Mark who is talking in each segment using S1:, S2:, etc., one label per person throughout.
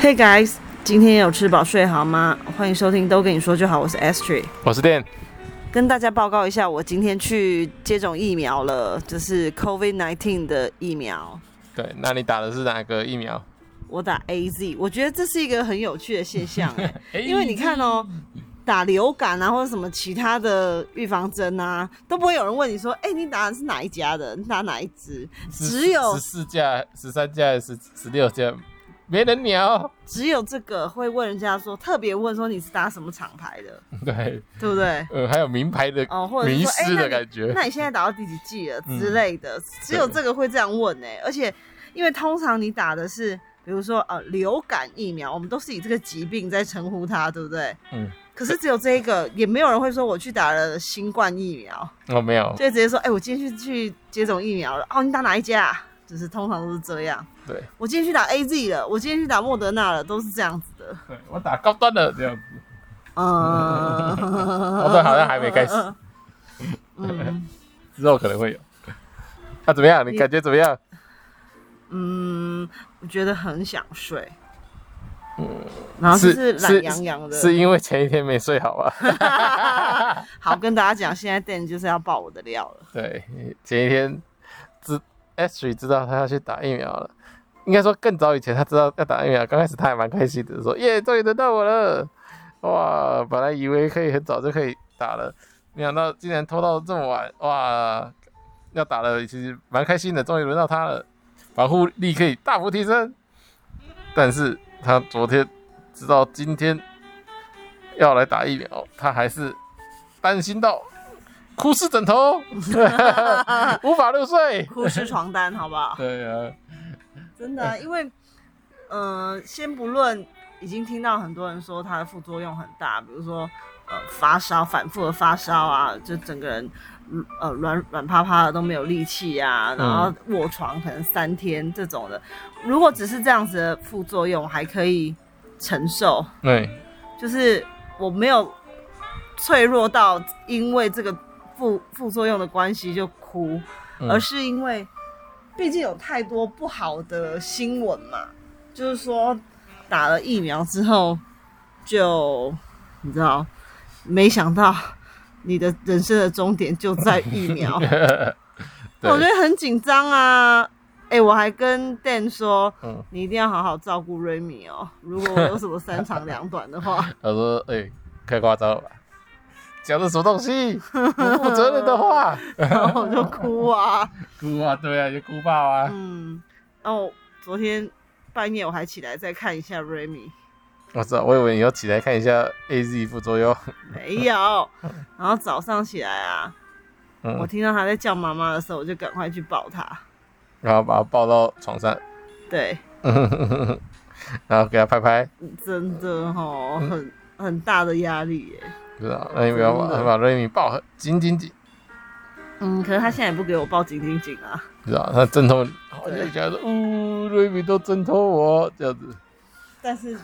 S1: Hey guys，今天有吃饱睡好吗？欢迎收听《都跟你说就好》，我是 S Tree，
S2: 我是 Dan，
S1: 跟大家报告一下，我今天去接种疫苗了，就是 COVID 1 9的疫苗，
S2: 对，那你打的是哪个疫苗？
S1: 我打 A Z，我觉得这是一个很有趣的现象、欸，
S2: 哎
S1: 因为你看哦、打流感啊，或者什么其他的预防针啊，都不会有人问你说，哎、你打的是哪一家的？你打哪一支？只有
S2: 十四架、十三架、十十六架，没人鸟。
S1: 只有这个会问人家说，特别问说你是打什么厂牌的，
S2: 对，
S1: 对不对？
S2: 呃，还有名牌的
S1: 哦，或者是
S2: 迷
S1: 说，哎、
S2: 失
S1: 那
S2: 的
S1: 你
S2: 感觉。 嗯
S1: 那你现在打到第几季了之类的，只有这个会这样问呢、而且，因为通常你打的是，比如说呃流感疫苗，我们都是以这个疾病在称呼它，对不对？
S2: 嗯，
S1: 可是只有这一个，也没有人会说我去打了新冠疫苗，
S2: 哦，没有
S1: 就，会直接说，哎、我今天去去接种疫苗了。哦，你打哪一家、啊？就是通常都是这样。
S2: 对，
S1: 我今天去打 A Z 了，我今天去打莫德纳了，都是这样子的。
S2: 对我打高端的这样子。
S1: 嗯，
S2: 高端好像还没开始，
S1: 嗯。
S2: 之后可能会有。那、怎么样？你感觉怎么样？
S1: 嗯，我觉得很想睡。然后就是懒洋洋的。
S2: 嗯是因为前一天没睡好啊吧？
S1: 好，跟大家讲，现在 Dan 就是要爆我的料了。
S2: 对，前一天知 Ashley 知道他要去打疫苗了，应该说更早以前他知道要打疫苗，刚开始他还蛮开心的，说耶，终于轮到我了，哇，本来以为可以很早就可以打了，没想到竟然拖到这么晚，哇，要打了其实蛮开心的，终于轮到他了，防护力可以大幅提升，但是他昨天知道今天要来打疫苗，他还是担心到哭湿枕头。 无法入睡。
S1: 哭湿床单，好不好？
S2: 对啊，
S1: 真的啊、因为，呃，先不论已经听到很多人说它的副作用很大，比如说，呃，发烧，反复的发烧啊，就整个人，嗯呃，软软趴趴的都没有力气
S2: 嗯
S1: 啊，然后卧床可能三天这种的。如果只是这样子的副作用，还可以承受，
S2: 对，
S1: 就是我没有脆弱到因为这个副副作用的关系就哭，
S2: 嗯
S1: 而是因为毕竟有太多不好的新闻嘛，就是说打了疫苗之后就你知道，没想到你的人生的终点就在疫苗，我觉
S2: 对，
S1: 得很紧张啊。哎、我还跟 Dan 说，
S2: 嗯，
S1: 你一定要好好照顾瑞米哦。如果我有什么三长两短的话，
S2: 他说，哎、太夸张了吧，讲的什么东西，不负责任的话，
S1: 然后我就哭啊。
S2: 哭啊，对啊，就哭爆啊，
S1: 嗯，然后昨天半夜我还起来再看一下 Remy，
S2: 我知道，我以为你要起来看一下 A Z 副作用，
S1: 没 有。然后早上起来啊，我
S2: 嗯，
S1: 听到他在叫妈妈的时候，我就赶快去抱他。
S2: 然后把他抱到床上，
S1: 对，
S2: 然后给他拍拍，
S1: 真的哦，很很大的压力耶。
S2: 不知道，那你不要把
S1: 真的
S2: 把瑞米抱很紧紧紧，
S1: 嗯，可是他现在也不给我抱紧紧紧啊。
S2: 不知道，他挣脱，好
S1: 对
S2: 就觉得，呜，瑞米都挣脱我这样子，
S1: 但是，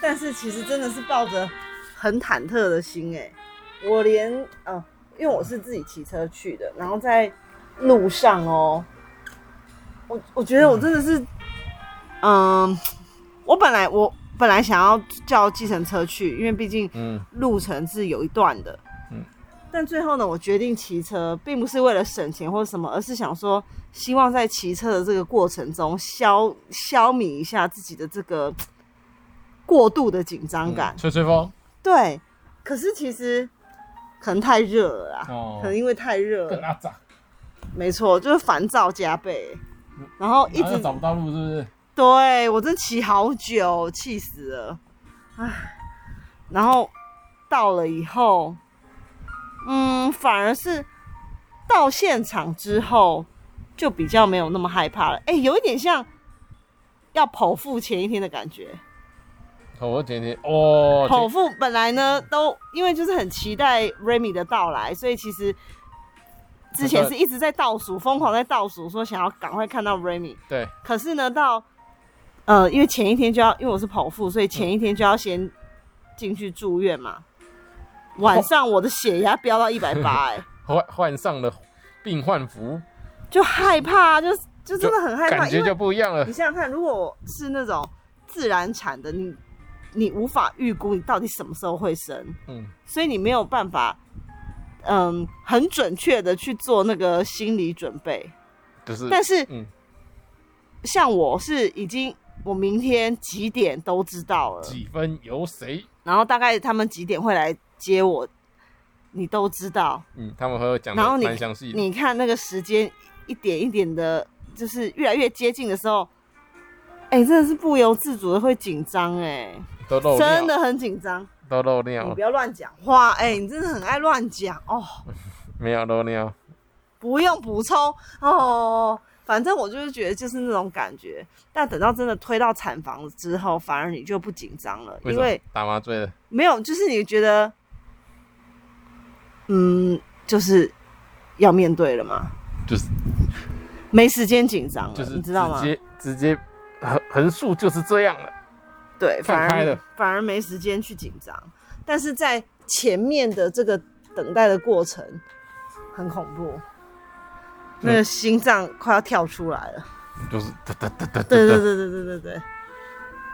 S1: 但是其实真的是抱着很忐忑的心哎、我连呃，因为我是自己骑车去的，然后在路上哦，我我觉得我真的是，嗯、我本来我本来想要叫计程车去，因为毕竟
S2: 嗯
S1: 路程是有一段的，
S2: 嗯
S1: 但最后呢，我决定骑车，并不是为了省钱或什么，而是想说，希望在骑车的这个过程中消消弭一下自己的这个嘖过度的紧张感。
S2: 嗯吹吹风，
S1: 对，可是其实可能太热了啦，
S2: 哦
S1: 啊可能因为太热
S2: 更
S1: 了，
S2: 阿杂，
S1: 没错，就是烦躁加倍，然后一
S2: 然后
S1: 直
S2: 又找不到路是不是？
S1: 对我真骑好久，气死了，唉。然后到了以后，嗯，反而是到现场之后就比较没有那么害怕了。哎，有一点像要剖腹前一天的感觉。
S2: 我前天哦，
S1: 剖腹本来呢都因为就是很期待 Remy 的到来，所以其实之前是一直在倒数，疯狂在倒数，说想要赶快看到 Remy。
S2: 对，
S1: 可是呢，到呃，因为前一天就要，因为我是剖腹，所以前一天就要先进去住院嘛。晚上我的血压飙到一百八， 哎，
S2: 换换上了病患服，
S1: 就害怕，就就真的很害怕，
S2: 感
S1: 因
S2: 觉
S1: 为
S2: 就不一样了
S1: 你。想想看，如果我是那种自然产的，你你无法预估你到底什么时候会生，
S2: 嗯，
S1: 所以你没有办法，嗯，很准确的去做那个心理准备。
S2: 就是
S1: 但是
S2: 嗯
S1: 像我是已经，我明天几点都知道了，
S2: 几分由谁？
S1: 然后大概他们几点会来接我，你都知道。
S2: 嗯，他们会讲
S1: 然后
S2: 的
S1: 你
S2: 蛮详细的。
S1: 你看那个时间一点一点的，就是越来越接近的时候，哎、真的是不由自主的会紧张哎，
S2: 都漏尿，
S1: 真的很紧张。
S2: 都漏
S1: 你
S2: 尿
S1: 不，要乱讲话，哎、你真的很爱乱讲哦。
S2: 没有漏尿。
S1: 不用补充哦。反正我就是觉得就是那种感觉，但等到真的推到产房之后，反而你就不紧张了，因
S2: 为什么
S1: 为
S2: 打麻醉了？
S1: 没有，就是你觉得，嗯，就是要面对了嘛，
S2: 就是
S1: 没时间紧张了，
S2: 就是
S1: 你知道吗
S2: 直？接直接横横竖就是这样了。
S1: 对，
S2: 放
S1: 反
S2: 开
S1: 而
S2: 了
S1: 反而没时间去紧张，但是在前面的这个等待的过程很恐
S2: 嗯
S1: 怖，那个心脏快要跳出来了，
S2: 就是哒哒哒哒
S1: 对
S2: 哒
S1: 对
S2: 哒。
S1: 对对对对对。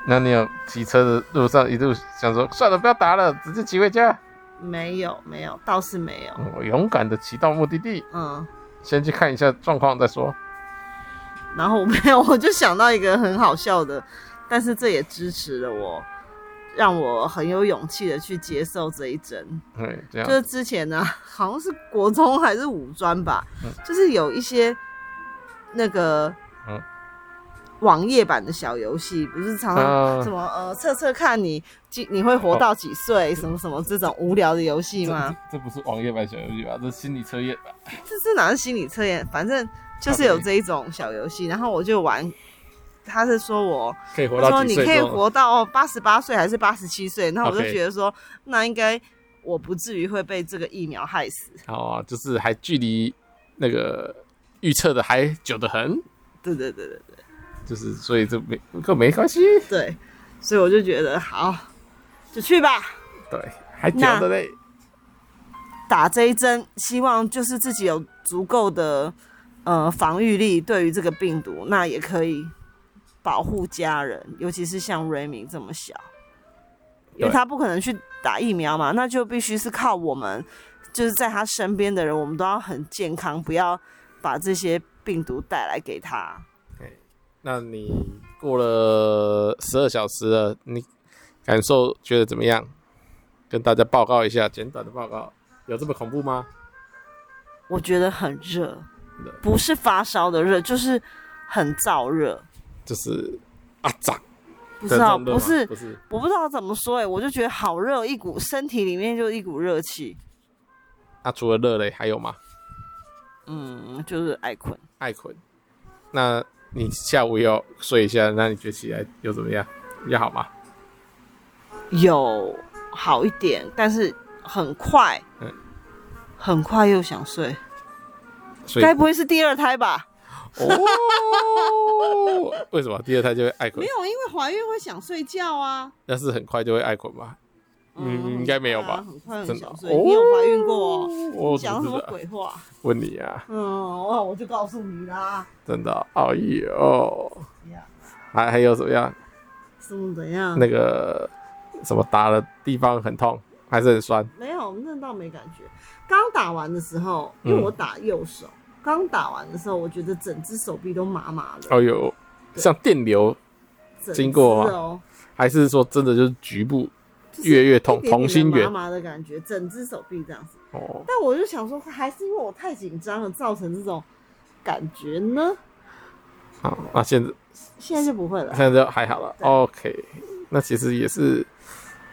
S2: 那你有骑车的路上一路想说，算了，不要打了，直接骑回家。嗯
S1: 没有，没有，倒是没有。
S2: 我勇敢的骑到目的地，
S1: 嗯，
S2: 先去看一下状况再说。
S1: 然后我没有，我就想到一个很好笑的，但是这也支持了我，让我很有勇气的去接受这一针。
S2: 对，啊这
S1: 就是
S2: 样
S1: 之前呢，好像是国中还是五专吧，就是有一些那个
S2: 嗯
S1: 网页版的小游戏，不是常常
S2: 啊
S1: 什么呃测测看你几你会活到几
S2: 哦
S1: 岁，什么什么这种无聊的游戏吗？
S2: 这不是网页版小游戏吧？这是心理测验吧？
S1: 这这哪是心理测验？反正就是有这一种小游戏，然后我就玩。他是说我，
S2: 可以活
S1: 他说
S2: 到
S1: 你
S2: 几
S1: 可以
S2: 岁多？
S1: 活到八十八岁还是八十七岁？那我就
S2: OK
S1: 觉得说，那应该我不至于会被这个疫苗害死。
S2: 哦，就是还距离那个预测的还久得很，
S1: 对对对对对
S2: 就是所以这没这没关系。
S1: 对，所以我就觉得好，就去吧，
S2: 对，还久
S1: 那
S2: 的嘞。
S1: 打这一针，希望就是自己有足够的呃防御力，对于这个病毒，那也可以保护家人，尤其是像瑞明这么小，因为
S2: 对
S1: 他不可能去打疫苗嘛，那就必须是靠我们，就是在他身边的人，我们都要很健康，不要把这些病毒带来给他。
S2: 那你过了十二小时了，你感受觉得怎么样？跟大家报告一下，简短的报告，有这么恐怖吗？
S1: 我觉得很热
S2: 热，
S1: 不是发烧的热，就是很燥热，
S2: 就是啊，长
S1: 不知道
S2: 的这种热
S1: 不
S2: 吗
S1: 是
S2: 不是，
S1: 我不知道怎么说哎、我就觉得好热，一股身体里面就一股热气，
S2: 那、除了热嘞，还有吗？
S1: 嗯，就是爱困。
S2: 艾坤，那你下午要睡一下，那你觉得起来又怎么样？比较好吗？
S1: 有好一点，但是很快，
S2: 嗯
S1: 很快又想睡，
S2: 所以
S1: 该不会是第二胎吧？
S2: 哦，为什么第二胎就会艾
S1: 没
S2: 坤？
S1: 有，因为怀孕会想睡觉啊。
S2: 但是很快就会艾坤吗？嗯，应该没有吧？
S1: 很快啊很快
S2: 真
S1: 很
S2: 的
S1: 想
S2: 哦
S1: 睡。你有怀孕过、哦？
S2: 我怎
S1: 讲
S2: 么
S1: 什
S2: 知
S1: 么
S2: 道？
S1: 鬼话？
S2: 问你啊，
S1: 嗯，我我就告诉你啦。
S2: 真的，哎呦，
S1: 怎样？
S2: 还还有怎么样？
S1: 什么怎样？
S2: 那个什么打的地方很痛，还是很酸。
S1: 没有，那倒没感觉。刚打完的时候，因为
S2: 嗯
S1: 我打右手，刚、打完的时候，我觉得整只手臂都麻麻的。
S2: 哦呦，像电流，
S1: 整
S2: 经过
S1: 只
S2: 吗
S1: 哦，
S2: 还是说真的就是局部
S1: 就是
S2: 越越
S1: 一
S2: 痛，
S1: 点
S2: 同心
S1: 点的
S2: 圆
S1: 麻麻的感觉，整只手臂这样子。
S2: 哦，
S1: 但我就想说，还是因为我太紧张了，造成这种感觉呢。
S2: 好，那啊现在
S1: 现在就不会了。
S2: 现在就还好了。
S1: 对
S2: OK，那其实也是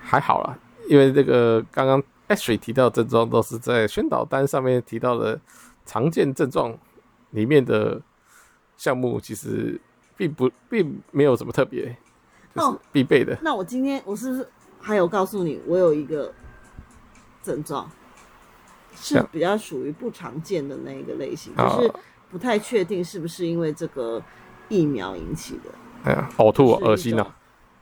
S2: 还好啦，因为这个刚刚 Ashley 提到的症状都是在宣导单上面提到的常见症状里面的项目，其实并不并没有什么特别，就是
S1: 哦
S2: 必备的。
S1: 那我今天我是不是还有告诉你，我有一个症状，是
S2: 像
S1: 比较属于不常见的那一个类型，
S2: 哦
S1: 就是不太确定是不是因为这个疫苗引起的，
S2: 哎呀，呕吐、哦，
S1: 是一
S2: 恶心哦
S1: 种。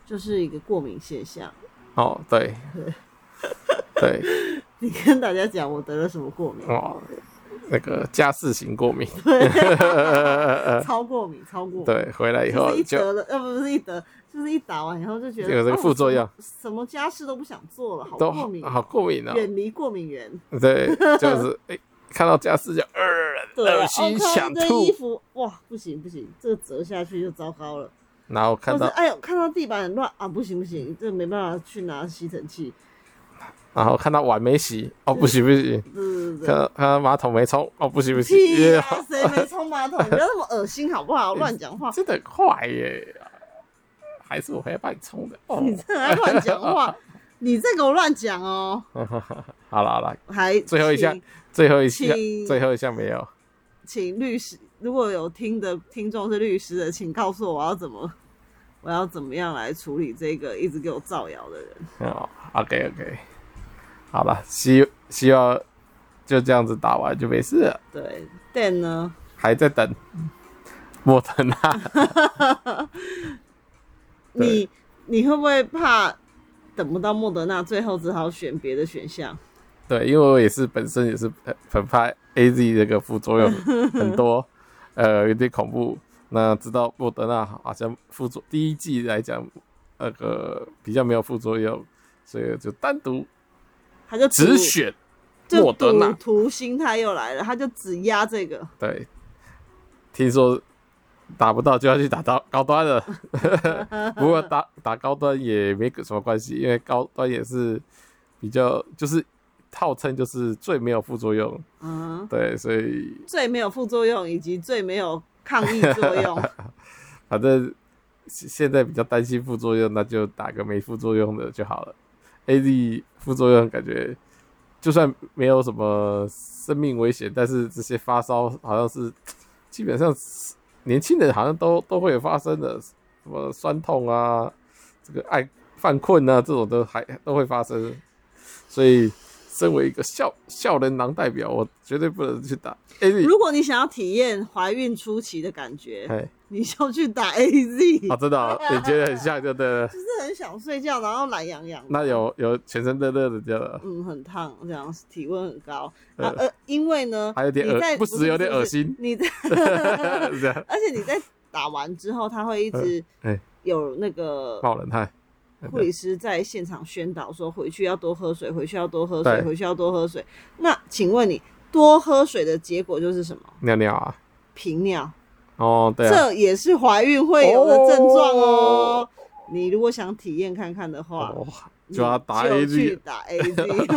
S1: 就是一个过敏现象。
S2: 哦， 对，对，
S1: 你跟大家讲我得了什么过敏？
S2: 哦，那个加四型过敏，
S1: 超过敏，超过敏。
S2: 呃对，回来以
S1: 就
S2: 后
S1: 是一
S2: 就
S1: 得了，呃，不是一得，就是一打完以后就觉得
S2: 有这个
S1: 哦
S2: 副作用，
S1: 什么家事都不想做了，好
S2: 都
S1: 过敏，
S2: 好过敏哦，
S1: 远离过敏源。
S2: 对，就是哎，看到加四就呃
S1: 对啊，哦，
S2: 恶
S1: 看
S2: 心
S1: 到
S2: 想
S1: 这堆衣
S2: 吐，
S1: 服，哇，不行不行，这个折下去就糟糕了。
S2: 然后看
S1: 或是
S2: 到
S1: 哎呦，看到地板很乱啊，不行不行，这没办法去拿吸尘器。
S2: 然后看到碗没洗，哦不行不行，
S1: 对 对对对，
S2: 看到看到马桶没冲，哦不行不行，
S1: 屁
S2: 耶
S1: 呀、谁没冲马桶？不要那么恶心好不 好？乱讲话，
S2: 真的很快耶，还是我回来帮你冲的哦。
S1: 你这还乱讲话，你再给我乱讲哦。
S2: 好了好了，
S1: 还
S2: 最后一项
S1: 请，
S2: 最后一项，
S1: 请
S2: 最后一项没有。
S1: 请律师，如果有听的听众是律师的，请告诉我我要怎么，我要怎么样来处理这个一直给我造谣的人。
S2: 哦，OK OK，好了，希希望就这样子打完就没事了，
S1: 对，Dan 呢？
S2: 还在等莫等啊。对
S1: 你你会不会怕等不到莫德纳，最后只好选别的选项？
S2: 对，因为我也是本身也是很很怕 AZ 这个副作用 很多，呃，有点恐怖。那知道莫德纳好像副作第一季来讲，那个比较没有副作用，所以就单独
S1: 他就赌
S2: 只选
S1: 就
S2: 莫德纳
S1: 赌徒心态又来了，他就只压这个。
S2: 对，听说打不到就要去打到高 端了，不过打打高端也没什么关系，因为高端也是比较就是号称就是最没有副作用，
S1: 嗯，
S2: 对，所以
S1: 最没有副作用以及最没有抗议作 用。
S2: 反正现现在比较担心副作用，那就打个没副作用的就好了。A Z 副作用感觉就算没有什么生命危险，但是这些发烧好像是基本上是年轻人好像都都会有发生的，什么酸痛啊，这个爱犯困啊，这种都还都会发生。所以，身为一个校校人郎代表，我绝对不能去打 A Z。
S1: 如果你想要体验怀孕初期的感觉，
S2: 哎，
S1: 你就去打 AZ。
S2: 啊，真的哦、你觉得很像，就对了。
S1: 就是很想睡觉，然后懒洋洋的。
S2: 那有有全身热热的这 样的，
S1: 嗯，很烫，这样体温很高。
S2: 呃
S1: 啊呃，因为呢，
S2: 还有点
S1: 你在
S2: 恶，不时有点恶。心
S1: 是，不是你在，
S2: 这样
S1: 而且你在打完之后，他会一直
S2: 呃哎
S1: 有那个
S2: 冒冷汗。
S1: 护理师在现场宣导说，回去要多喝水，回去要多喝水，
S2: 对
S1: 回去要多喝水。那请问你多喝水的结果就是什么？
S2: 尿尿啊，
S1: 频尿，
S2: 哦，对啊，
S1: 这也是怀孕会有的症状哦
S2: 哦。
S1: 你如果想体验看看的话，
S2: 哦就要打
S1: 你
S2: A
S1: 就去
S2: G，
S1: 打 AZ。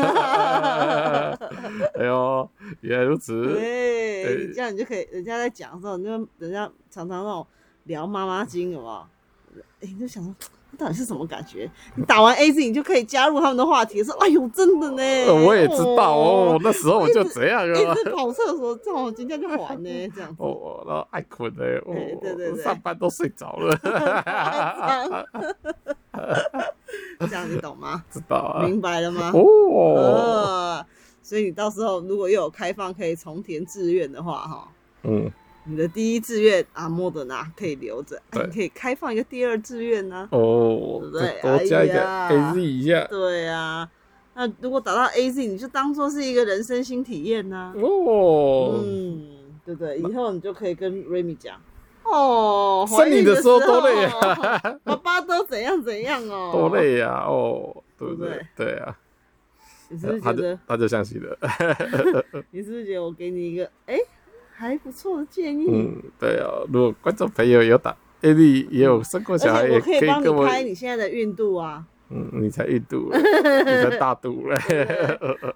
S2: 哎呦，原来如
S1: 哎
S2: 此，
S1: 对，
S2: 对
S1: 这样你就可以，人家在讲的时候，你就人家常常那种聊妈妈经，有没有？哎、你就想说，那到底是什么感觉？你打完 A Z，你就可以加入他们的话题，说，哎呦，真的呢，
S2: 呃我也知道哦，
S1: 哦，
S2: 那时候我就这样啊
S1: 一，直跑厕所，这种人家就还呢，这样子。
S2: 哦，然后爱困的，哦
S1: 对哎对对对
S2: 上班都睡着了，
S1: 这样你懂吗？
S2: 知道啊，
S1: 明白了吗？
S2: 哦，
S1: 呃，所以你到时候如果又有开放可以重填志愿的话，哈，
S2: 嗯，
S1: 你的第一志愿啊，莫德纳可以留着，啊
S2: 对
S1: 你可以开放一个第二志愿呢、
S2: 哦
S1: 对不对，
S2: 多加一个
S1: 哎
S2: A
S1: 呀
S2: Z 一下，
S1: 对啊，那如果打到 A Z，你就当做是一个人生新体验呐、
S2: 哦，
S1: 嗯，对不对？以后你就可以跟 Remy 讲，哦，怀
S2: 生
S1: 孕
S2: 你
S1: 的
S2: 的时候多累
S1: 候
S2: 啊。
S1: 爸爸都怎样怎样哦，
S2: 多，累呀、哦，对不
S1: 对
S2: 对？对啊，
S1: 你是不是
S2: 呃他
S1: 觉
S2: 就
S1: 得？
S2: 他就 相信了，
S1: 你是不是觉得我给你一个哎还不错的建议？
S2: 嗯，对啊。如果观众朋友有打 A D 也有生过
S1: 而
S2: 小孩，
S1: 且我
S2: 也
S1: 可以帮
S2: 跟
S1: 你
S2: 我，
S1: 拍你现在的孕肚啊，
S2: 嗯，你才孕肚 了，你才大肚了，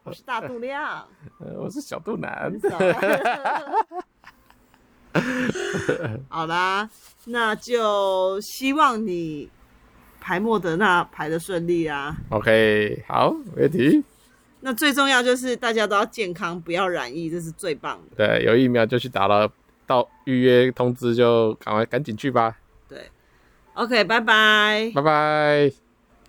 S1: 我是大肚量，
S2: 呃 我是小肚腩
S1: 很。少。 好啦，那就希望你排莫德纳排的顺利啊。
S2: OK，好，没问题。
S1: 那最重要就是大家都要健康，不要染疫，这是最棒的。
S2: 对，有疫苗就去打了，到预约通知就赶快赶紧去吧，
S1: 对，OK，拜拜。
S2: 拜拜。